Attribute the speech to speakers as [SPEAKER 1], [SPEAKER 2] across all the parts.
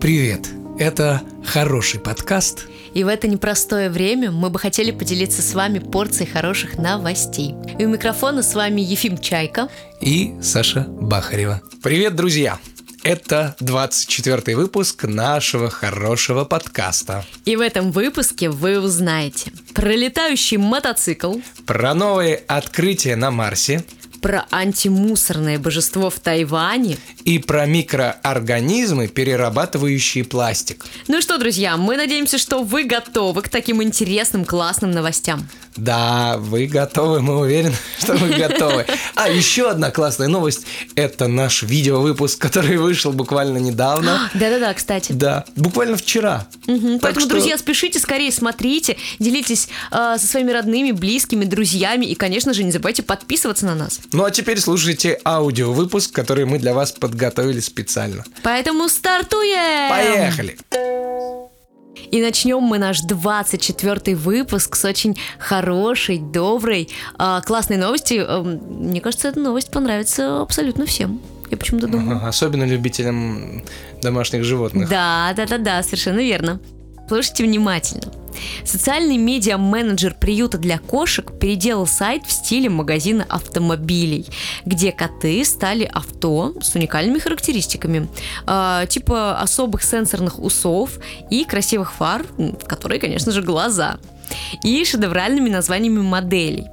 [SPEAKER 1] Привет! Это хороший подкаст.
[SPEAKER 2] И в это непростое время мы бы хотели поделиться с вами порцией хороших новостей. И у микрофона с вами Ефим Чайка.
[SPEAKER 1] И Саша Бахарева. Привет, друзья! Это 24 выпуск нашего хорошего подкаста.
[SPEAKER 2] И в этом выпуске вы узнаете про летающий мотоцикл,
[SPEAKER 1] Про новые открытия на Марсе
[SPEAKER 2] про антимусорное божество в Тайване.
[SPEAKER 1] и про микроорганизмы, перерабатывающие пластик.
[SPEAKER 2] Ну что, друзья, мы надеемся, что вы готовы к таким интересным, классным новостям.
[SPEAKER 1] Да, вы готовы, мы уверены, что вы готовы. А еще одна классная новость – это наш видеовыпуск, который вышел буквально недавно.
[SPEAKER 2] Да-да-да, кстати.
[SPEAKER 1] Да, буквально вчера.
[SPEAKER 2] А. Мгм,
[SPEAKER 1] Так
[SPEAKER 2] Поэтому,
[SPEAKER 1] что-
[SPEAKER 2] друзья, спешите, скорее смотрите, делитесь э, со своими родными, близкими, друзьями и, конечно же, не забывайте подписываться на нас.
[SPEAKER 1] Ну а теперь слушайте аудиовыпуск, который мы для вас подготовили специально.
[SPEAKER 2] Поэтому стартуем!
[SPEAKER 1] Поехали!
[SPEAKER 2] И начнем мы наш 24 выпуск с очень хорошей, доброй, э, классной новости. Эм, Мне кажется, эта новость понравится абсолютно всем. Я почему-то думаю.
[SPEAKER 1] Ага, Особенно любителям домашних животных.
[SPEAKER 2] Да, да, да, да, совершенно верно. Слушайте внимательно. Социальный медиа-менеджер приюта для кошек переделал сайт в стиле магазина автомобилей, где коты стали авто с уникальными характеристиками, э, типа особых сенсорных усов и красивых фар, м, в которые, конечно же, глаза, и шедевральными названиями моделей.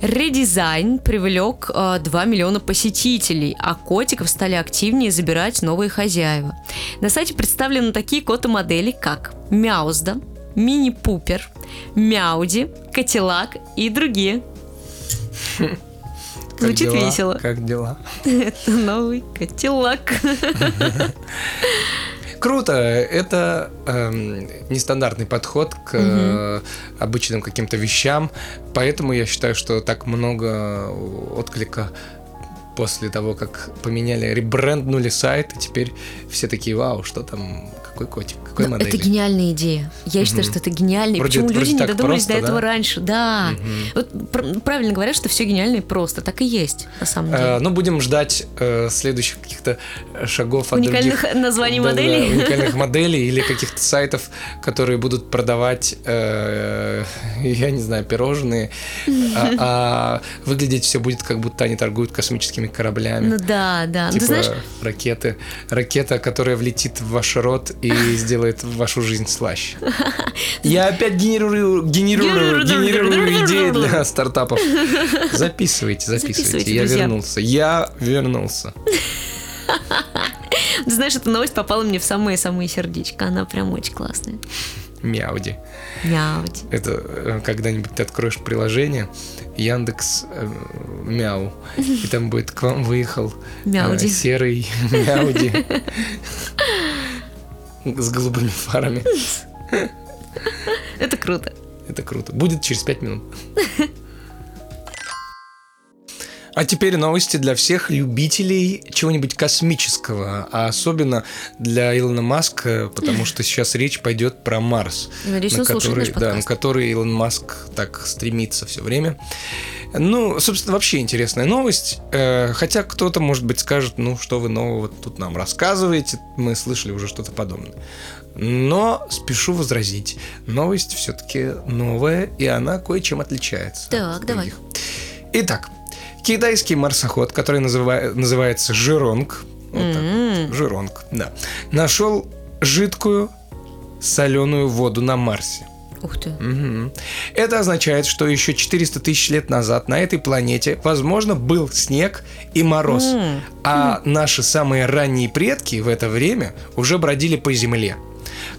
[SPEAKER 2] Редизайн привлек э, 2 миллиона посетителей, а котиков стали активнее забирать новые хозяева. На сайте представлены такие коты-модели, как Мяузда, Мини-Пупер, Мяуди, Котелак и другие.
[SPEAKER 1] Как
[SPEAKER 2] Звучит
[SPEAKER 1] дела?
[SPEAKER 2] весело.
[SPEAKER 1] Как дела?
[SPEAKER 2] Это новый котелак.
[SPEAKER 1] Круто, это эм, нестандартный подход к э, обычным каким-то вещам, поэтому я считаю, что так много отклика после того, как поменяли, ребренднули сайт, и теперь все такие, вау, что там, какой котик, какой
[SPEAKER 2] Ну,
[SPEAKER 1] модель.
[SPEAKER 2] Это гениальная идея. Я считаю,
[SPEAKER 1] Мгм.
[SPEAKER 2] что это гениально. И
[SPEAKER 1] Вроде-
[SPEAKER 2] Почему
[SPEAKER 1] вроде
[SPEAKER 2] люди не
[SPEAKER 1] так
[SPEAKER 2] додумались
[SPEAKER 1] просто,
[SPEAKER 2] до
[SPEAKER 1] да?
[SPEAKER 2] этого раньше? Да. Вот пр- правильно говорят, что все гениально и просто. Так и есть, на самом деле.
[SPEAKER 1] Э, Ну, будем ждать э, следующих каких-то э, шагов от
[SPEAKER 2] Уникальных
[SPEAKER 1] других-
[SPEAKER 2] названий
[SPEAKER 1] Да-да-да,
[SPEAKER 2] моделей.
[SPEAKER 1] уникальных моделей или каких-то сайтов, которые будут продавать, э, я не знаю, пирожные, а, а выглядеть все будет, как будто они торгуют космическими кораблями.
[SPEAKER 2] Ну да, да. Ну,
[SPEAKER 1] Типа
[SPEAKER 2] ты знаешь,
[SPEAKER 1] ракеты. Ракета, которая влетит в ваш рот и сделает вашу жизнь слаще. Я опять генерирую, генерирую, генерирую идеи для стартапов. Записывайте, записывайте.
[SPEAKER 2] Записывайте,
[SPEAKER 1] Я
[SPEAKER 2] друзья.
[SPEAKER 1] вернулся. Я вернулся.
[SPEAKER 2] ты знаешь, эта новость попала мне в самые-самые сердечко. Она прям очень классная.
[SPEAKER 1] Мяуди.
[SPEAKER 2] Мяуть.
[SPEAKER 1] Это э, когда-нибудь ты откроешь приложение Яндекс э, Мяу, и там будет к вам выехал э,
[SPEAKER 2] Мяуди.
[SPEAKER 1] серый Мяуди с голубыми фарами.
[SPEAKER 2] Это круто.
[SPEAKER 1] Это круто. Будет через 5 минут. А теперь новости для всех любителей чего-нибудь космического, а особенно для Илона Маска, потому что сейчас речь пойдет про Марс,
[SPEAKER 2] Я надеюсь, он слушает
[SPEAKER 1] который,
[SPEAKER 2] наш
[SPEAKER 1] да, на
[SPEAKER 2] подкаст.
[SPEAKER 1] который Илон Маск так стремится все время. Ну, собственно, вообще интересная новость. Э, Хотя кто-то, может быть, скажет, ну, что вы нового тут нам рассказываете, мы слышали уже что-то подобное. Но спешу возразить, новость все-таки новая, и она кое-чем отличается.
[SPEAKER 2] Так,
[SPEAKER 1] от
[SPEAKER 2] давай.
[SPEAKER 1] других. Итак, китайский марсоход, который называ- называется Жиронг, вот так,
[SPEAKER 2] М.
[SPEAKER 1] Жиронг, да, нашел жидкую соленую воду на Марсе.
[SPEAKER 2] Ух ты.
[SPEAKER 1] Мгм. Это означает, что еще 400 тысяч лет назад на этой планете, возможно, был снег и мороз.
[SPEAKER 2] М.
[SPEAKER 1] А наши самые ранние предки в это время уже бродили по земле.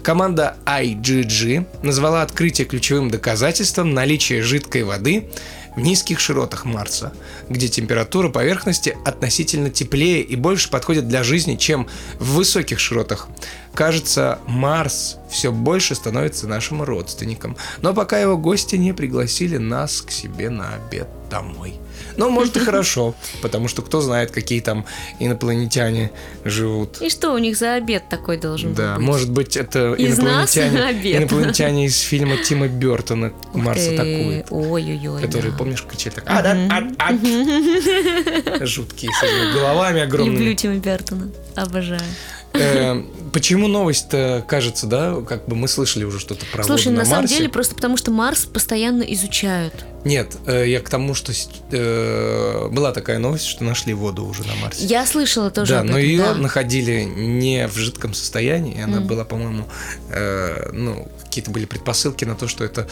[SPEAKER 1] Команда IGG назвала открытие ключевым доказательством наличия жидкой воды в низких широтах Марса, где температура поверхности относительно теплее и больше подходит для жизни, чем в высоких широтах. Кажется, Марс все больше становится нашим родственником, но пока его гости не пригласили нас к себе на обед домой. Но может и хорошо, потому что кто знает, какие там инопланетяне живут.
[SPEAKER 2] И что у них за обед такой должен
[SPEAKER 1] Да,
[SPEAKER 2] быть?
[SPEAKER 1] может быть, это
[SPEAKER 2] Из нас
[SPEAKER 1] инопланетяне,
[SPEAKER 2] обед.
[SPEAKER 1] инопланетяне из фильма Тима Бертона
[SPEAKER 2] Ух
[SPEAKER 1] М-м, Марс
[SPEAKER 2] ты.
[SPEAKER 1] атакует.
[SPEAKER 2] Ой-ой-ой.
[SPEAKER 1] Который,
[SPEAKER 2] да.
[SPEAKER 1] помнишь, кричит так «Ад, ад, ад, ад!» Жуткие, с этими головами
[SPEAKER 2] Люблю
[SPEAKER 1] огромными.
[SPEAKER 2] Тима Бертона. Обожаю.
[SPEAKER 1] Э, Почему новость-то кажется, да, как бы мы слышали уже что-то про
[SPEAKER 2] Слушай,
[SPEAKER 1] воду
[SPEAKER 2] на,
[SPEAKER 1] на,
[SPEAKER 2] самом
[SPEAKER 1] Марсе.
[SPEAKER 2] деле просто потому, что Марс постоянно изучают.
[SPEAKER 1] Нет, э, я к тому, что с- э, была такая новость, что нашли воду уже на Марсе.
[SPEAKER 2] Я слышала тоже
[SPEAKER 1] да, ну
[SPEAKER 2] об
[SPEAKER 1] но
[SPEAKER 2] этом,
[SPEAKER 1] ее
[SPEAKER 2] да.
[SPEAKER 1] находили не в жидком состоянии, и она
[SPEAKER 2] Мгм.
[SPEAKER 1] была, по-моему, э, ну какие-то были предпосылки на то, что это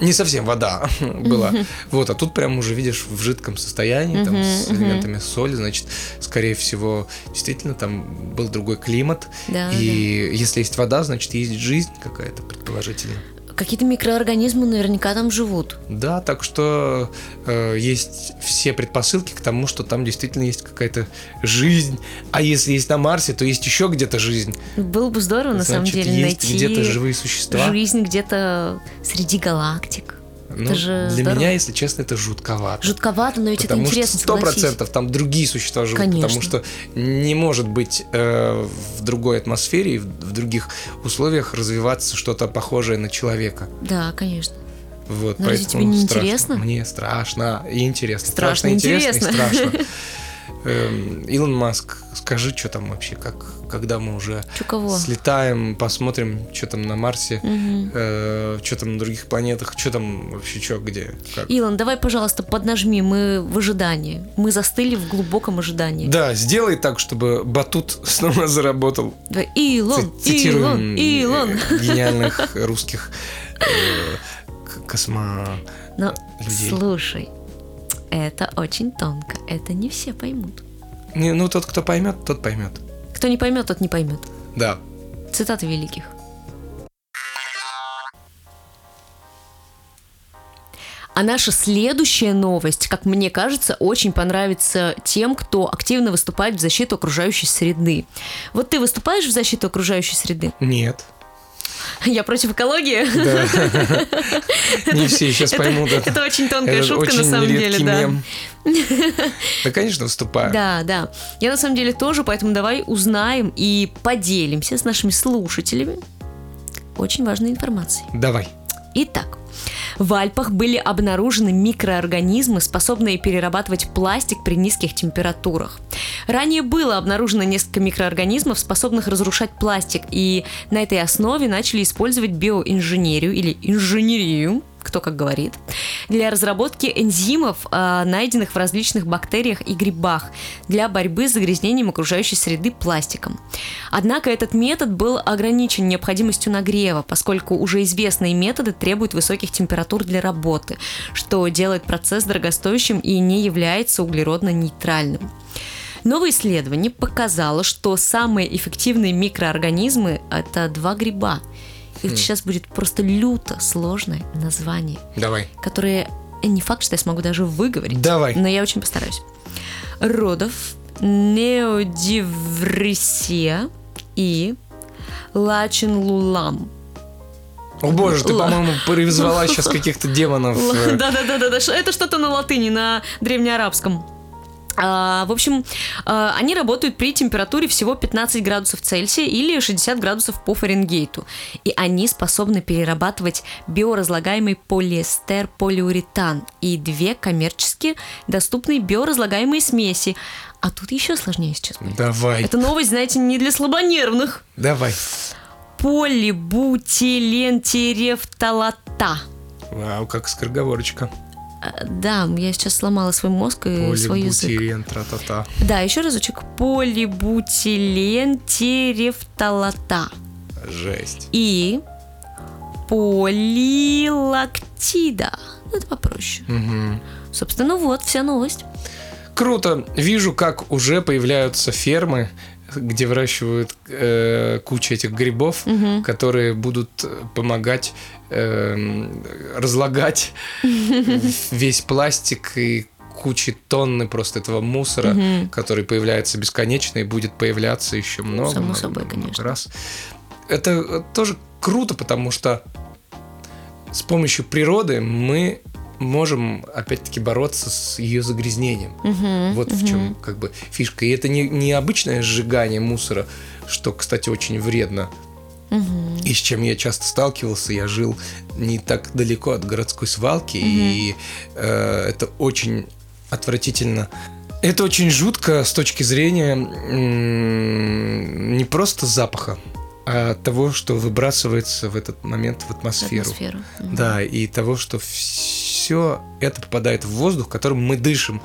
[SPEAKER 1] не совсем вода была. Вот, а тут прям уже видишь в жидком состоянии, там
[SPEAKER 2] Мгм,
[SPEAKER 1] с
[SPEAKER 2] мгм.
[SPEAKER 1] элементами соли, значит, скорее всего, действительно там был другой климат.
[SPEAKER 2] Да,
[SPEAKER 1] И если есть вода, значит есть жизнь какая-то предположительно.
[SPEAKER 2] да. Какие-то микроорганизмы наверняка там живут.
[SPEAKER 1] Да, так что э, есть все предпосылки к тому, что там действительно есть какая-то жизнь. А если есть на Марсе, то есть еще где-то жизнь.
[SPEAKER 2] Было бы здорово, Ну, на самом
[SPEAKER 1] Значит,
[SPEAKER 2] деле,
[SPEAKER 1] есть
[SPEAKER 2] найти
[SPEAKER 1] где-то живые существа.
[SPEAKER 2] жизнь где-то среди галактик.
[SPEAKER 1] Ну,
[SPEAKER 2] это же
[SPEAKER 1] для
[SPEAKER 2] здорово.
[SPEAKER 1] меня, если честно, это жутковато.
[SPEAKER 2] Жутковато, но ведь
[SPEAKER 1] Потому
[SPEAKER 2] это
[SPEAKER 1] что
[SPEAKER 2] интересно,
[SPEAKER 1] сто
[SPEAKER 2] согласись.
[SPEAKER 1] процентов там другие существа живут, потому
[SPEAKER 2] Конечно.
[SPEAKER 1] что не может быть э, в другой атмосфере и в, в других условиях развиваться что-то похожее на человека.
[SPEAKER 2] Да, конечно.
[SPEAKER 1] Вот,
[SPEAKER 2] Ну, разве
[SPEAKER 1] поэтому
[SPEAKER 2] тебе не
[SPEAKER 1] страшно.
[SPEAKER 2] интересно?
[SPEAKER 1] Мне страшно и интересно.
[SPEAKER 2] Страшно, интересно.
[SPEAKER 1] и страшно. Эм, Илон Маск, скажи, что там вообще, как, когда мы уже
[SPEAKER 2] Чё кого?
[SPEAKER 1] слетаем, посмотрим, что там на Марсе, э,
[SPEAKER 2] Мгм.
[SPEAKER 1] что там на других планетах, что там вообще, что, где, как.
[SPEAKER 2] Илон, давай, пожалуйста, поднажми, мы в ожидании. Мы застыли в глубоком ожидании.
[SPEAKER 1] Да, сделай так, чтобы батут снова заработал.
[SPEAKER 2] Давай, Илон,
[SPEAKER 1] Ци-
[SPEAKER 2] Илон,
[SPEAKER 1] Цитируем
[SPEAKER 2] Илон.
[SPEAKER 1] э, гениальных русских э, к- космо...
[SPEAKER 2] Но
[SPEAKER 1] людей.
[SPEAKER 2] слушай, это очень тонко, это не все поймут.
[SPEAKER 1] Не, Ну, тот, кто поймет, тот поймет.
[SPEAKER 2] Кто не поймет, тот не поймет.
[SPEAKER 1] Да,
[SPEAKER 2] Цитаты великих. А наша следующая новость, как мне кажется, очень понравится тем, кто активно выступает в защиту окружающей среды. Вот ты выступаешь в защиту окружающей среды?
[SPEAKER 1] нет.
[SPEAKER 2] Я против экологии?
[SPEAKER 1] Да. Не все сейчас
[SPEAKER 2] Это,
[SPEAKER 1] поймут это.
[SPEAKER 2] это очень тонкая
[SPEAKER 1] Это
[SPEAKER 2] шутка на
[SPEAKER 1] очень
[SPEAKER 2] самом деле,
[SPEAKER 1] редкий
[SPEAKER 2] да.
[SPEAKER 1] мем. Да, конечно, выступаю.
[SPEAKER 2] Да, да. Я на самом деле тоже, поэтому давай узнаем и поделимся с нашими слушателями очень важной информацией.
[SPEAKER 1] Давай.
[SPEAKER 2] Итак, в Альпах были обнаружены микроорганизмы, способные перерабатывать пластик при низких температурах. Ранее было обнаружено несколько микроорганизмов, способных разрушать пластик, и на этой основе начали использовать биоинженерию или инженерию, кто как говорит, для разработки энзимов, а, найденных в различных бактериях и грибах, для борьбы с загрязнением окружающей среды пластиком. Однако этот метод был ограничен необходимостью нагрева, поскольку уже известные методы требуют высоких температур для работы, что делает процесс дорогостоящим и не является углеродно-нейтральным. Новое исследование показало, что самые эффективные микроорганизмы – это два гриба. И
[SPEAKER 1] Хм.
[SPEAKER 2] вот сейчас будет просто люто сложное название
[SPEAKER 1] Давай.
[SPEAKER 2] которые не факт, что я смогу даже выговорить.
[SPEAKER 1] Давай.
[SPEAKER 2] Но я очень постараюсь. Родов, неодиврисия и лачинлулам.
[SPEAKER 1] О боже, ты,
[SPEAKER 2] Ла-
[SPEAKER 1] по-моему, призвала сейчас каких-то демонов. э,
[SPEAKER 2] Да-да-да-да, ш- это что-то на латыни, на древнеарабском. А, в общем, а, они работают при температуре всего 15 градусов Цельсия или 60 градусов по Фаренгейту. И они способны перерабатывать биоразлагаемый полиэстер, полиуретан и две коммерчески доступные биоразлагаемые смеси. А тут еще сложнее сейчас. будет.
[SPEAKER 1] Давай.
[SPEAKER 2] Это новость, знаете, не для слабонервных.
[SPEAKER 1] Давай.
[SPEAKER 2] Полибутилентерефталата.
[SPEAKER 1] Вау, как скороговорочка.
[SPEAKER 2] Э, Да, я сейчас сломала свой мозг и свой язык.
[SPEAKER 1] Полибутирен, тра-та-та.
[SPEAKER 2] Да, еще разочек. Полибутилентерефталата.
[SPEAKER 1] Жесть.
[SPEAKER 2] И полилактида. Ну, это попроще.
[SPEAKER 1] Мгм.
[SPEAKER 2] Собственно, ну вот вся новость.
[SPEAKER 1] Круто. Вижу, как уже появляются фермы, где выращивают э, кучу этих грибов,
[SPEAKER 2] Мгм.
[SPEAKER 1] которые будут э, помогать эм, разлагать э, весь пластик и кучи тонны просто этого мусора,
[SPEAKER 2] Мгм.
[SPEAKER 1] который появляется бесконечно и будет появляться еще много,
[SPEAKER 2] Само
[SPEAKER 1] много,
[SPEAKER 2] собой,
[SPEAKER 1] много
[SPEAKER 2] конечно.
[SPEAKER 1] раз. Это э, тоже круто, потому что с помощью природы мы можем опять-таки бороться с ее загрязнением.
[SPEAKER 2] Мгм.
[SPEAKER 1] Вот в чем как бы фишка. И это не, не обычное сжигание мусора, что, кстати, очень вредно.
[SPEAKER 2] Мгм.
[SPEAKER 1] И с чем я часто сталкивался, я жил не так далеко от городской свалки, и э, это очень отвратительно Это очень жутко с точки зрения м, не просто запаха, а того, что выбрасывается в этот момент в атмосферу.
[SPEAKER 2] Атмосферу. Мгм.
[SPEAKER 1] Да, и того, что все это попадает в воздух, которым мы дышим.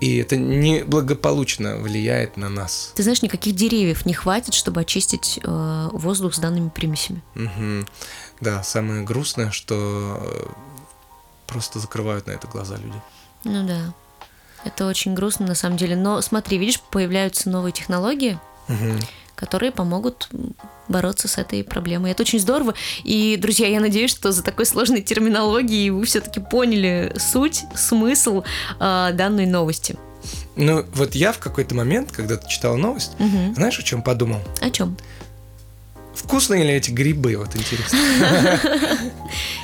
[SPEAKER 1] И это неблагополучно влияет на нас.
[SPEAKER 2] Ты знаешь, никаких деревьев не хватит, чтобы очистить э, воздух с данными примесями.
[SPEAKER 1] Мгм. Да, самое грустное, что э, просто закрывают на это глаза люди.
[SPEAKER 2] Ну да. Это очень грустно на самом деле. Но смотри, видишь, появляются новые технологии,
[SPEAKER 1] Мгм.
[SPEAKER 2] которые помогут м, бороться с этой проблемой. Это очень здорово. И, друзья, я надеюсь, что за такой сложной терминологией вы все-таки поняли суть, смысл э, данной новости.
[SPEAKER 1] Ну, вот я в какой-то момент, когда ты читал новость,
[SPEAKER 2] Мгм.
[SPEAKER 1] знаешь, о чем подумал?
[SPEAKER 2] О чем?
[SPEAKER 1] Вкусные ли эти грибы? Вот интересно.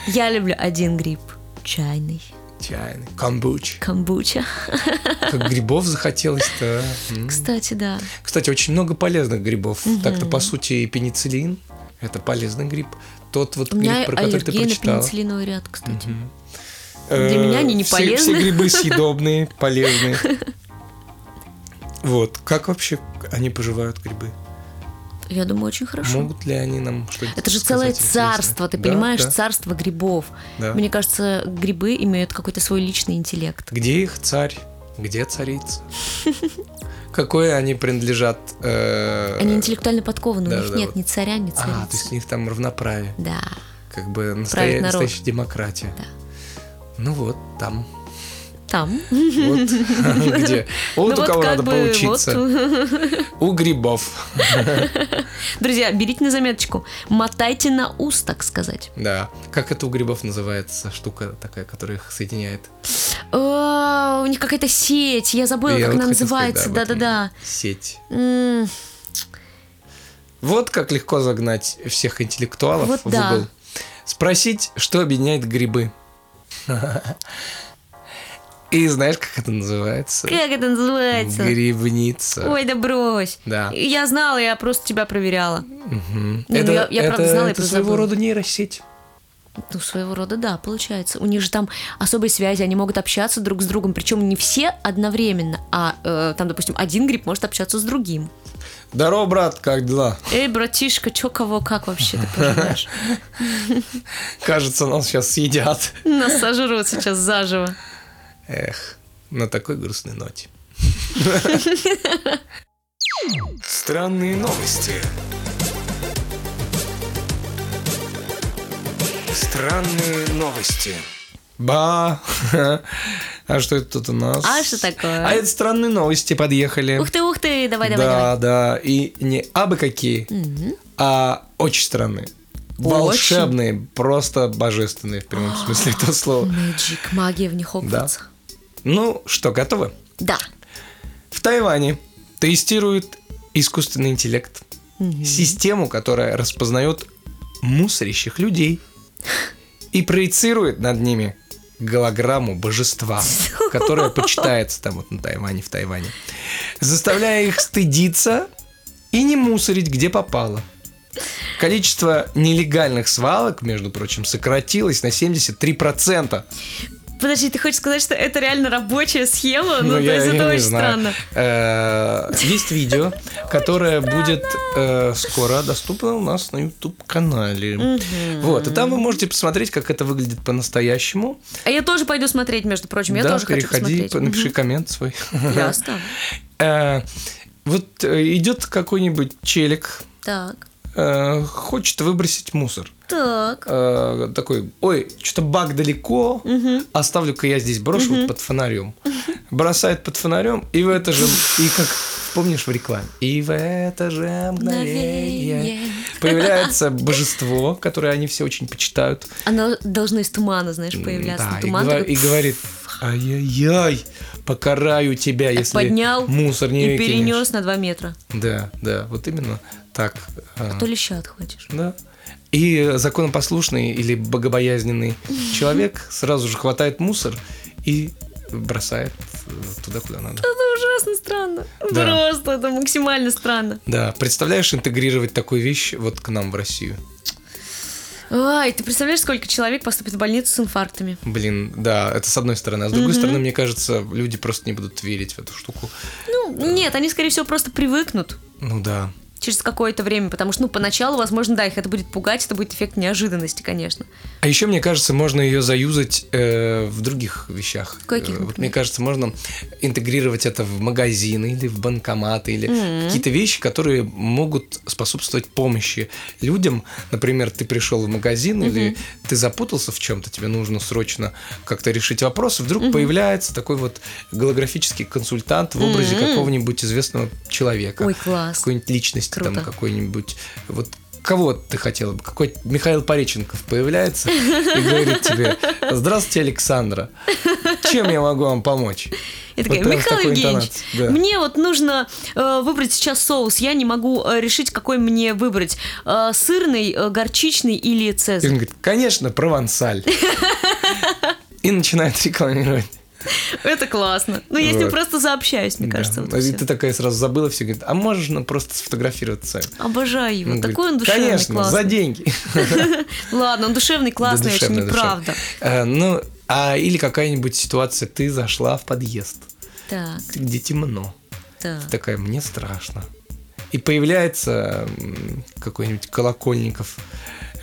[SPEAKER 2] Я люблю один гриб. Чайный.
[SPEAKER 1] Чайный. Камбуч.
[SPEAKER 2] Камбуча.
[SPEAKER 1] Как грибов захотелось-то. а? М.
[SPEAKER 2] Кстати, да.
[SPEAKER 1] Кстати, очень много полезных грибов.
[SPEAKER 2] Мгм.
[SPEAKER 1] Так-то, по сути, и пенициллин – это полезный гриб. Тот вот
[SPEAKER 2] У меня
[SPEAKER 1] гриб, про который ты
[SPEAKER 2] аллергия на
[SPEAKER 1] прочитала.
[SPEAKER 2] пенициллиновый ряд, кстати.
[SPEAKER 1] Мгм.
[SPEAKER 2] Для
[SPEAKER 1] Э,
[SPEAKER 2] меня они не
[SPEAKER 1] все-
[SPEAKER 2] полезны.
[SPEAKER 1] Все грибы съедобные, полезные. Вот. Как вообще они поживают, грибы?
[SPEAKER 2] Я думаю, очень хорошо.
[SPEAKER 1] Могут ли они нам что-то
[SPEAKER 2] Это же целое
[SPEAKER 1] сказать интересное?
[SPEAKER 2] царство, ты
[SPEAKER 1] Да,
[SPEAKER 2] понимаешь,
[SPEAKER 1] да,
[SPEAKER 2] царство грибов.
[SPEAKER 1] да.
[SPEAKER 2] Мне кажется, грибы имеют какой-то свой личный интеллект.
[SPEAKER 1] Где их царь? Где царица? Какое они принадлежат? э,
[SPEAKER 2] Они интеллектуально подкованы,
[SPEAKER 1] да,
[SPEAKER 2] у них
[SPEAKER 1] да,
[SPEAKER 2] нет
[SPEAKER 1] вот.
[SPEAKER 2] ни царя, ни царицы.
[SPEAKER 1] А, то есть у них там равноправие.
[SPEAKER 2] Да.
[SPEAKER 1] Как бы настоя-
[SPEAKER 2] Правит народ.
[SPEAKER 1] настоящая демократия.
[SPEAKER 2] Да.
[SPEAKER 1] Ну вот, там.
[SPEAKER 2] Там.
[SPEAKER 1] Вот где. Вот
[SPEAKER 2] Ну
[SPEAKER 1] у кого
[SPEAKER 2] как
[SPEAKER 1] надо
[SPEAKER 2] бы,
[SPEAKER 1] поучиться.
[SPEAKER 2] вот. э,
[SPEAKER 1] У грибов.
[SPEAKER 2] Друзья, берите на заметочку. Мотайте на ус, так сказать.
[SPEAKER 1] Да. Как это у грибов называется штука такая, которая их соединяет?
[SPEAKER 2] О, Э, у них какая-то сеть. Я забыла,
[SPEAKER 1] Я
[SPEAKER 2] как
[SPEAKER 1] вот
[SPEAKER 2] она
[SPEAKER 1] хотел сказать,
[SPEAKER 2] называется.
[SPEAKER 1] да, об этом.
[SPEAKER 2] Да-да-да.
[SPEAKER 1] Сеть.
[SPEAKER 2] М,
[SPEAKER 1] Вот как легко загнать всех интеллектуалов
[SPEAKER 2] Вот
[SPEAKER 1] в
[SPEAKER 2] да.
[SPEAKER 1] угол. Спросить, что объединяет грибы. И знаешь, как это называется?
[SPEAKER 2] Как это называется?
[SPEAKER 1] Грибница.
[SPEAKER 2] Ой, да брось.
[SPEAKER 1] Да.
[SPEAKER 2] Я знала, я просто тебя проверяла.
[SPEAKER 1] Мгм.
[SPEAKER 2] ну,
[SPEAKER 1] это
[SPEAKER 2] я- я правда
[SPEAKER 1] это-
[SPEAKER 2] знала, я
[SPEAKER 1] это
[SPEAKER 2] просто
[SPEAKER 1] своего
[SPEAKER 2] забыла.
[SPEAKER 1] рода нейросеть.
[SPEAKER 2] Ну, своего рода, да, получается. У них же там особые связи, они могут общаться друг с другом, причем не все одновременно, а э, там, допустим, один гриб может общаться с другим.
[SPEAKER 1] Здорово, брат, как дела?
[SPEAKER 2] Эй, братишка, чё кого как вообще ты поживаешь?
[SPEAKER 1] Кажется, нас сейчас съедят.
[SPEAKER 2] Нас сожрут сейчас заживо.
[SPEAKER 1] Эх, на такой грустной ноте. Странные новости. Странные новости. Ба! А что это тут у нас?
[SPEAKER 2] А что такое?
[SPEAKER 1] А это странные новости подъехали.
[SPEAKER 2] Ух ты, ух ты, давай, давай,
[SPEAKER 1] да,
[SPEAKER 2] давай.
[SPEAKER 1] да. И не абы какие,
[SPEAKER 2] М-м-м.
[SPEAKER 1] а очень странные. Волшебные, просто божественные в прямом смысле этого слова.
[SPEAKER 2] Мэджик, магия в них Хогвартса.
[SPEAKER 1] Ну что, готовы?
[SPEAKER 2] Да.
[SPEAKER 1] В Тайване тестируют искусственный интеллект. Систему, которая распознает мусорящих людей и проецирует над ними голограмму божества, которая почитается там вот на Тайване, в Тайване, заставляя их стыдиться и не мусорить, где попало. Количество нелегальных свалок, между прочим, сократилось на 73%.
[SPEAKER 2] Подожди, ты хочешь сказать, что это реально рабочая схема? Ну,
[SPEAKER 1] Ну,
[SPEAKER 2] то
[SPEAKER 1] я-
[SPEAKER 2] есть
[SPEAKER 1] я
[SPEAKER 2] это
[SPEAKER 1] не
[SPEAKER 2] очень
[SPEAKER 1] знаю.
[SPEAKER 2] странно.
[SPEAKER 1] Э, Есть видео, которое будет э, скоро доступно у нас на YouTube-канале. Вот, и там вы можете посмотреть, как это выглядит по-настоящему.
[SPEAKER 2] А я тоже пойду смотреть, между прочим. Я
[SPEAKER 1] Да,
[SPEAKER 2] тоже хочу
[SPEAKER 1] переходи,
[SPEAKER 2] посмотреть.
[SPEAKER 1] по- напиши коммент свой.
[SPEAKER 2] Мгм. Ясно.
[SPEAKER 1] Э, Вот э, идет какой-нибудь челик,
[SPEAKER 2] Так,
[SPEAKER 1] э, хочет выбросить мусор.
[SPEAKER 2] так.
[SPEAKER 1] Э, Такой, ой, что-то бак далеко, оставлю-ка я здесь брошу вот под фонарем. Бросает под фонарем, и в это же, и как помнишь в рекламе, и в это же мгновение
[SPEAKER 2] Мгновение.
[SPEAKER 1] появляется божество, которое они все очень почитают.
[SPEAKER 2] Оно должно из тумана, знаешь, появляться.
[SPEAKER 1] Да, и,
[SPEAKER 2] Туман
[SPEAKER 1] гва-
[SPEAKER 2] такой,
[SPEAKER 1] и говорит, ай-яй-яй, покараю тебя,
[SPEAKER 2] так
[SPEAKER 1] если
[SPEAKER 2] поднял
[SPEAKER 1] мусор не
[SPEAKER 2] и
[SPEAKER 1] выкинешь».
[SPEAKER 2] перенес на 2 метра.
[SPEAKER 1] Да, да, вот именно так. э,
[SPEAKER 2] А то леща отхватишь.
[SPEAKER 1] Да. И законопослушный или богобоязненный человек сразу же хватает мусор и бросает э, туда, куда надо.
[SPEAKER 2] Это ужасно странно.
[SPEAKER 1] Да.
[SPEAKER 2] Просто это максимально странно.
[SPEAKER 1] Да, представляешь, интегрировать такую вещь вот к нам в Россию.
[SPEAKER 2] Ай, ты представляешь, сколько человек поступит в больницу с инфарктами?
[SPEAKER 1] Блин, да, это с одной стороны. А с другой стороны, мне кажется, люди просто не будут верить в эту штуку.
[SPEAKER 2] Ну, нет, они, скорее всего, просто привыкнут
[SPEAKER 1] Ну да.
[SPEAKER 2] через какое-то время, потому что, ну, поначалу, возможно, да, их это будет пугать, это будет эффект неожиданности, конечно.
[SPEAKER 1] А еще, мне кажется, можно ее заюзать э, в других вещах.
[SPEAKER 2] Каких,
[SPEAKER 1] Э, вот,
[SPEAKER 2] например?
[SPEAKER 1] мне кажется, можно интегрировать это в магазины или в банкоматы, или
[SPEAKER 2] Мгм.
[SPEAKER 1] какие-то вещи, которые могут способствовать помощи людям. Например, ты пришел в магазин или ты запутался в чем-то, тебе нужно срочно как-то решить вопрос, и вдруг появляется такой вот голографический консультант в образе
[SPEAKER 2] Мгм.
[SPEAKER 1] какого-нибудь известного человека.
[SPEAKER 2] Ой, класс.
[SPEAKER 1] какой-нибудь личности, там
[SPEAKER 2] Круто.
[SPEAKER 1] какой-нибудь. Вот кого ты хотела бы? Какой Михаил Пореченков появляется и говорит тебе: Здравствуйте, Александра. Чем я могу вам помочь?
[SPEAKER 2] Я такая,
[SPEAKER 1] Вот прям в
[SPEAKER 2] Михаил
[SPEAKER 1] такой
[SPEAKER 2] Евгеньевич,
[SPEAKER 1] интонации, да.
[SPEAKER 2] мне вот нужно э, выбрать сейчас соус, я не могу э, решить, какой мне выбрать, э, сырный, э, горчичный или
[SPEAKER 1] И он
[SPEAKER 2] цезарь.
[SPEAKER 1] говорит: конечно, провансаль. И начинает рекламировать.
[SPEAKER 2] Это классно. Ну, я с ним
[SPEAKER 1] Вот.
[SPEAKER 2] просто сообщаюсь, мне
[SPEAKER 1] Да.
[SPEAKER 2] кажется. вот и
[SPEAKER 1] И
[SPEAKER 2] всё.
[SPEAKER 1] ты такая сразу забыла все, говорит, а можно просто сфотографироваться?
[SPEAKER 2] Обожаю его.
[SPEAKER 1] Он говорит,
[SPEAKER 2] Такой он душевный,
[SPEAKER 1] Ну, Конечно,
[SPEAKER 2] классный.
[SPEAKER 1] за деньги.
[SPEAKER 2] Ладно, он душевный,
[SPEAKER 1] Да,
[SPEAKER 2] классный, очень
[SPEAKER 1] душевная,
[SPEAKER 2] неправда.
[SPEAKER 1] душевная. Э, Ну, а или какая-нибудь ситуация, ты зашла в подъезд,
[SPEAKER 2] Так,
[SPEAKER 1] где темно.
[SPEAKER 2] так.
[SPEAKER 1] Ты такая, мне страшно. И появляется м, какой-нибудь колокольников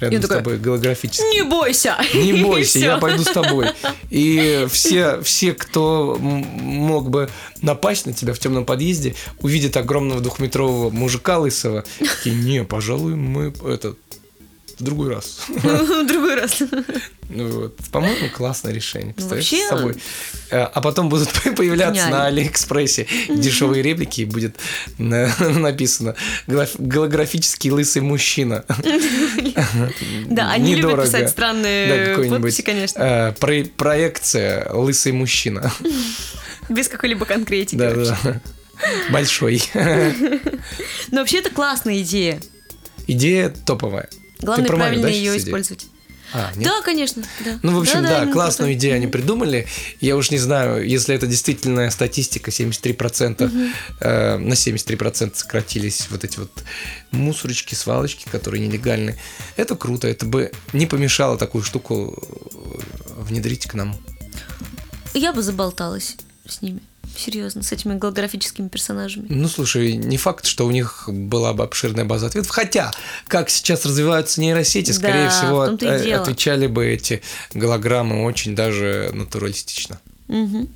[SPEAKER 1] рядом
[SPEAKER 2] И
[SPEAKER 1] с
[SPEAKER 2] он такой,
[SPEAKER 1] тобой голографически.
[SPEAKER 2] Не бойся!
[SPEAKER 1] Не
[SPEAKER 2] И
[SPEAKER 1] бойся,
[SPEAKER 2] всё.
[SPEAKER 1] я пойду с тобой. И все, все, кто м- мог бы напасть на тебя в темном подъезде, увидят огромного двухметрового мужика лысого. и Такие, не, пожалуй, мы это в другой раз.
[SPEAKER 2] В другой раз.
[SPEAKER 1] Ну вот, По-моему, классное решение. Представляешь,
[SPEAKER 2] Ну, вообще-
[SPEAKER 1] с собой. Э, А потом будут появляться
[SPEAKER 2] Гениально.
[SPEAKER 1] на Алиэкспрессе дешевые реплики, и будет на- написано «Гла- «Голографический лысый мужчина».
[SPEAKER 2] Да, они любят
[SPEAKER 1] Недорого.
[SPEAKER 2] писать
[SPEAKER 1] Да,
[SPEAKER 2] странные
[SPEAKER 1] какой-нибудь,
[SPEAKER 2] подписи, конечно,
[SPEAKER 1] э, про- проекция «Лысый мужчина».
[SPEAKER 2] без какой-либо конкретики.
[SPEAKER 1] Да,
[SPEAKER 2] вообще.
[SPEAKER 1] да. Большой.
[SPEAKER 2] Но вообще это классная идея.
[SPEAKER 1] Идея топовая.
[SPEAKER 2] Главное
[SPEAKER 1] про Маню,
[SPEAKER 2] правильно
[SPEAKER 1] да,
[SPEAKER 2] ее
[SPEAKER 1] сейчас идея?
[SPEAKER 2] использовать.
[SPEAKER 1] А, нет?
[SPEAKER 2] Да, конечно. да.
[SPEAKER 1] Ну, в общем, да,
[SPEAKER 2] ну,
[SPEAKER 1] классную
[SPEAKER 2] круто.
[SPEAKER 1] идею они придумали. Я уж не знаю, если это действительная статистика, 73%, э, на 73% сократились вот эти вот мусорочки, свалочки, которые нелегальны. Это круто, это бы не помешало такую штуку э, внедрить к нам.
[SPEAKER 2] Я бы заболталась с ними. Серьезно, с этими голографическими персонажами.
[SPEAKER 1] Ну, слушай, не факт, что у них была бы обширная база ответов. Хотя, как сейчас развиваются нейросети, скорее
[SPEAKER 2] Да,
[SPEAKER 1] всего,
[SPEAKER 2] в том-то и
[SPEAKER 1] от- э,
[SPEAKER 2] дело.
[SPEAKER 1] отвечали бы эти голограммы очень даже натуралистично.
[SPEAKER 2] Мгм.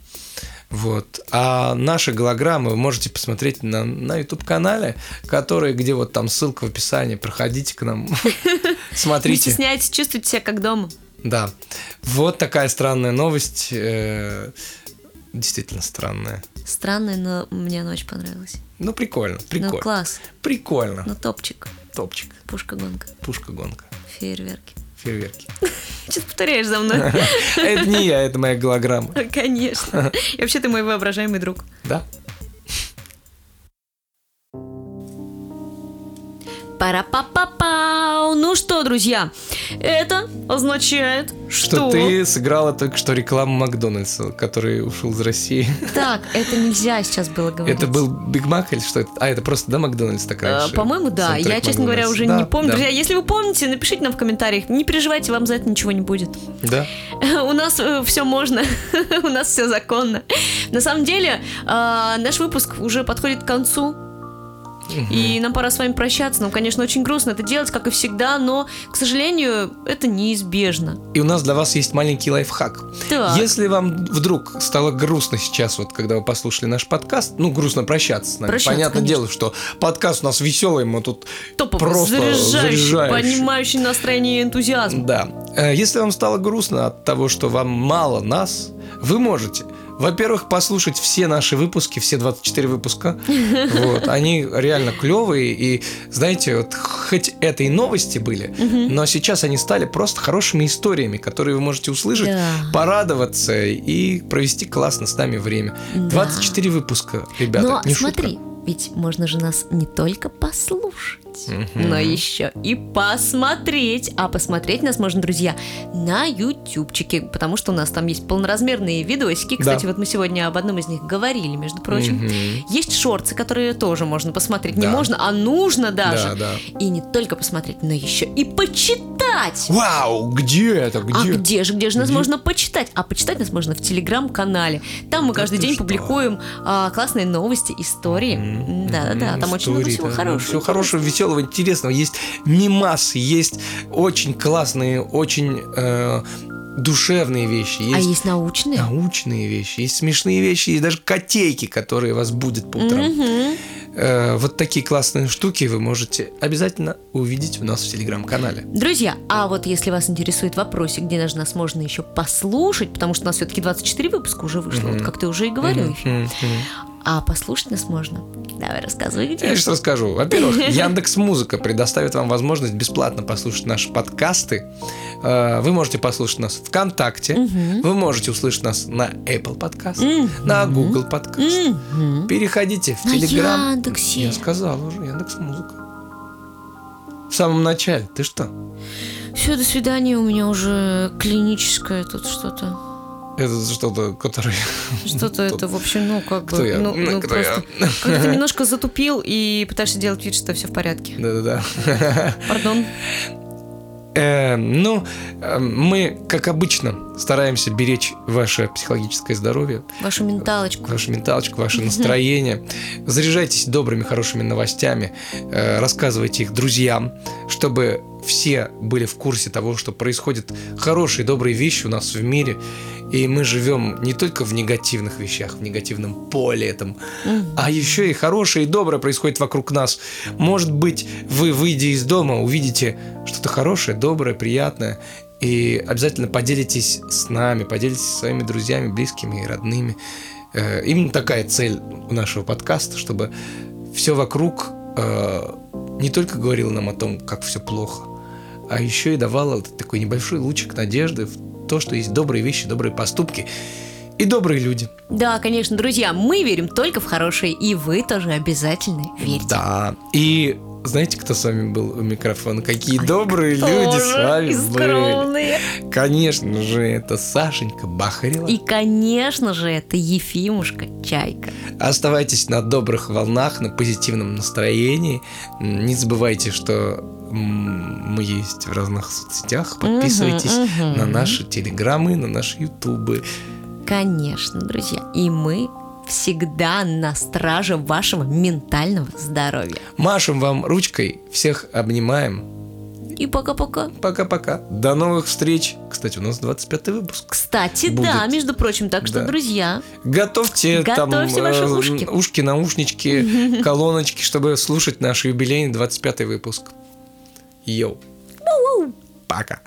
[SPEAKER 1] Вот. А наши голограммы вы можете посмотреть на, на YouTube-канале, который, где вот там ссылка в описании. Проходите к нам,
[SPEAKER 2] Не
[SPEAKER 1] смотрите.
[SPEAKER 2] стесняйтесь, чувствуйте себя как дома.
[SPEAKER 1] Да. Вот такая странная новость. э, Действительно странная.
[SPEAKER 2] Странная, но мне она очень понравилась.
[SPEAKER 1] Ну, прикольно,
[SPEAKER 2] Ну,
[SPEAKER 1] прикольно.
[SPEAKER 2] класс.
[SPEAKER 1] Прикольно.
[SPEAKER 2] Ну, топчик.
[SPEAKER 1] Топчик.
[SPEAKER 2] Пушка-гонка.
[SPEAKER 1] Пушка-гонка.
[SPEAKER 2] Фейерверки.
[SPEAKER 1] Фейерверки.
[SPEAKER 2] Че ты повторяешь за мной?
[SPEAKER 1] Это не я, это моя голограмма.
[SPEAKER 2] Конечно. И вообще ты мой воображаемый друг.
[SPEAKER 1] Да?
[SPEAKER 2] пара па па пау Ну что, друзья, это означает, что...
[SPEAKER 1] Что ты сыграла только что рекламу Макдональдса, который ушел из России.
[SPEAKER 2] Так, это нельзя сейчас было говорить.
[SPEAKER 1] Это был Биг Мак или что это? А, это просто, да, Макдональдс так
[SPEAKER 2] Э,
[SPEAKER 1] раньше?
[SPEAKER 2] По-моему, да.
[SPEAKER 1] Саундтрек
[SPEAKER 2] Я, честно говоря,
[SPEAKER 1] Макдональдс.
[SPEAKER 2] уже
[SPEAKER 1] Да,
[SPEAKER 2] не помню.
[SPEAKER 1] да,
[SPEAKER 2] Друзья, если вы помните, напишите нам в комментариях. Не переживайте, вам за это ничего не будет.
[SPEAKER 1] Да.
[SPEAKER 2] У нас все можно, у нас все законно. На самом деле, э, наш выпуск уже подходит к концу. И нам пора с вами прощаться. Нам, конечно, очень грустно это делать, как и всегда, но, к сожалению, это неизбежно.
[SPEAKER 1] И у нас для вас есть маленький лайфхак.
[SPEAKER 2] Так.
[SPEAKER 1] Если вам вдруг стало грустно сейчас, вот когда вы послушали наш подкаст, ну, грустно прощаться с нами.
[SPEAKER 2] Прощаться,
[SPEAKER 1] Понятное
[SPEAKER 2] конечно.
[SPEAKER 1] дело, что подкаст у нас веселый, мы тут
[SPEAKER 2] Топовый,
[SPEAKER 1] просто
[SPEAKER 2] заряжающий,
[SPEAKER 1] заряжающий.
[SPEAKER 2] поднимающий настроение и энтузиазм.
[SPEAKER 1] Да. Э, Если вам стало грустно от того, что вам мало нас, вы можете. Во-первых, послушать все наши выпуски, все 24 выпуска. Вот. Они реально клевые. И, знаете, вот хоть это и новости были, но сейчас они стали просто хорошими историями, которые вы можете услышать,
[SPEAKER 2] Да.
[SPEAKER 1] порадоваться и провести классно с нами время.
[SPEAKER 2] Да.
[SPEAKER 1] 24 выпуска, ребята.
[SPEAKER 2] но
[SPEAKER 1] не
[SPEAKER 2] смотри,
[SPEAKER 1] шутка.
[SPEAKER 2] ведь можно же нас не только послушать,
[SPEAKER 1] Мгм.
[SPEAKER 2] но еще и посмотреть. А посмотреть нас можно, друзья, на ютубчике, потому что у нас там есть полноразмерные видосики. Кстати,
[SPEAKER 1] Да.
[SPEAKER 2] вот мы сегодня об одном из них говорили, между прочим.
[SPEAKER 1] Мгм.
[SPEAKER 2] Есть шорты, которые тоже можно посмотреть. Не
[SPEAKER 1] Да.
[SPEAKER 2] можно, а нужно даже.
[SPEAKER 1] Да, да.
[SPEAKER 2] И не только посмотреть, но еще и почитать. почитать.
[SPEAKER 1] Вау, где это? Где?
[SPEAKER 2] А где же, где же нас
[SPEAKER 1] Где?
[SPEAKER 2] можно почитать? А почитать нас можно в телеграм-канале. Там мы
[SPEAKER 1] Да
[SPEAKER 2] каждый
[SPEAKER 1] ты
[SPEAKER 2] день
[SPEAKER 1] что?
[SPEAKER 2] публикуем а, классные новости, истории.
[SPEAKER 1] М,
[SPEAKER 2] Да-да-да,
[SPEAKER 1] м,
[SPEAKER 2] там очень много
[SPEAKER 1] истории,
[SPEAKER 2] всего
[SPEAKER 1] да,
[SPEAKER 2] хорошего.
[SPEAKER 1] Всего хорошего, веселого, интересного. Есть мимасы, есть очень классные, очень э, душевные вещи.
[SPEAKER 2] А
[SPEAKER 1] Есть
[SPEAKER 2] есть научные?
[SPEAKER 1] научные вещи, есть смешные вещи, есть даже котейки, которые вас будут по утрам.
[SPEAKER 2] Мгм.
[SPEAKER 1] Э, вот такие классные штуки вы можете обязательно увидеть у нас в телеграм-канале.
[SPEAKER 2] Друзья, а вот если вас интересует вопросик, где даже нас можно еще послушать, потому что у нас все-таки 24 выпуска уже вышло,
[SPEAKER 1] Мгм.
[SPEAKER 2] вот как ты уже и говорил.
[SPEAKER 1] Мгм, мгм, мгм.
[SPEAKER 2] А послушать нас можно? Давай рассказывай, где.
[SPEAKER 1] Я сейчас расскажу. Во-первых, Яндекс Музыка предоставит вам возможность бесплатно послушать наши подкасты. Э, Вы можете послушать нас ВКонтакте.
[SPEAKER 2] Мгм.
[SPEAKER 1] Вы можете услышать нас на Apple подкаст,
[SPEAKER 2] Мгм. А
[SPEAKER 1] на Google подкаст.
[SPEAKER 2] Мгм.
[SPEAKER 1] Переходите в
[SPEAKER 2] На
[SPEAKER 1] Телеграм.
[SPEAKER 2] Яндексе.
[SPEAKER 1] Я сказал уже, Яндекс Музыка. В самом начале. Ты что?
[SPEAKER 2] Все, до свидания, у меня уже клиническое тут что-то.
[SPEAKER 1] Это что-то, которое...
[SPEAKER 2] Что-то это, в общем, ну как бы...
[SPEAKER 1] Кто я?
[SPEAKER 2] Ну, ну,
[SPEAKER 1] Кто я?
[SPEAKER 2] просто... Когда ты немножко затупил и пытаешься делать вид, что все в порядке.
[SPEAKER 1] Да-да-да.
[SPEAKER 2] Пардон.
[SPEAKER 1] Э, ну, э, мы, как обычно, стараемся беречь ваше психологическое здоровье,
[SPEAKER 2] Вашу менталочку.
[SPEAKER 1] вашу менталочку, ваше настроение. Заряжайтесь добрыми, хорошими новостями, э, рассказывайте их друзьям, чтобы все были в курсе того, что происходят хорошие, добрые вещи у нас в мире. И мы живем не только в негативных вещах, в негативном поле этом,
[SPEAKER 2] Мгм.
[SPEAKER 1] а еще и хорошее и доброе происходит вокруг нас. Может быть, вы, выйдя из дома, увидите что-то хорошее, доброе, приятное. И обязательно поделитесь с нами, поделитесь со своими друзьями, близкими и родными. Э, Именно такая цель у нашего подкаста, чтобы все вокруг э, не только говорило нам о том, как все плохо, а еще и давало вот такой небольшой лучик надежды в то, что есть добрые вещи, добрые поступки и добрые люди.
[SPEAKER 2] Да, конечно, друзья, мы верим только в хорошее, и вы тоже обязательно верьте.
[SPEAKER 1] Да. И знаете, кто с вами был у микрофона? Какие
[SPEAKER 2] Ой,
[SPEAKER 1] добрые люди с
[SPEAKER 2] Тоже
[SPEAKER 1] вами
[SPEAKER 2] и
[SPEAKER 1] были.
[SPEAKER 2] скромные.
[SPEAKER 1] Конечно же, это Сашенька Бахарева.
[SPEAKER 2] И, конечно же, это Ефимушка Чайка.
[SPEAKER 1] Оставайтесь на добрых волнах, на позитивном настроении. М, Не забывайте, что м, мы есть в разных соцсетях. Подписывайтесь
[SPEAKER 2] Мгм, мгм.
[SPEAKER 1] на наши телеграммы, на наши ютубы.
[SPEAKER 2] Конечно, друзья. И мы всегда на страже вашего ментального здоровья.
[SPEAKER 1] Машем вам ручкой, всех обнимаем.
[SPEAKER 2] И пока-пока.
[SPEAKER 1] Пока-пока. До новых встреч. Кстати, у нас 25 выпуск.
[SPEAKER 2] Кстати,
[SPEAKER 1] Будет.
[SPEAKER 2] да, между прочим, так что,
[SPEAKER 1] Да.
[SPEAKER 2] друзья,
[SPEAKER 1] Готовьте,
[SPEAKER 2] Готовьте
[SPEAKER 1] там
[SPEAKER 2] ваши
[SPEAKER 1] э,
[SPEAKER 2] ушки.
[SPEAKER 1] ушки, наушнички, колоночки, чтобы слушать наш юбилейный 25 выпуск. Йоу. Пока.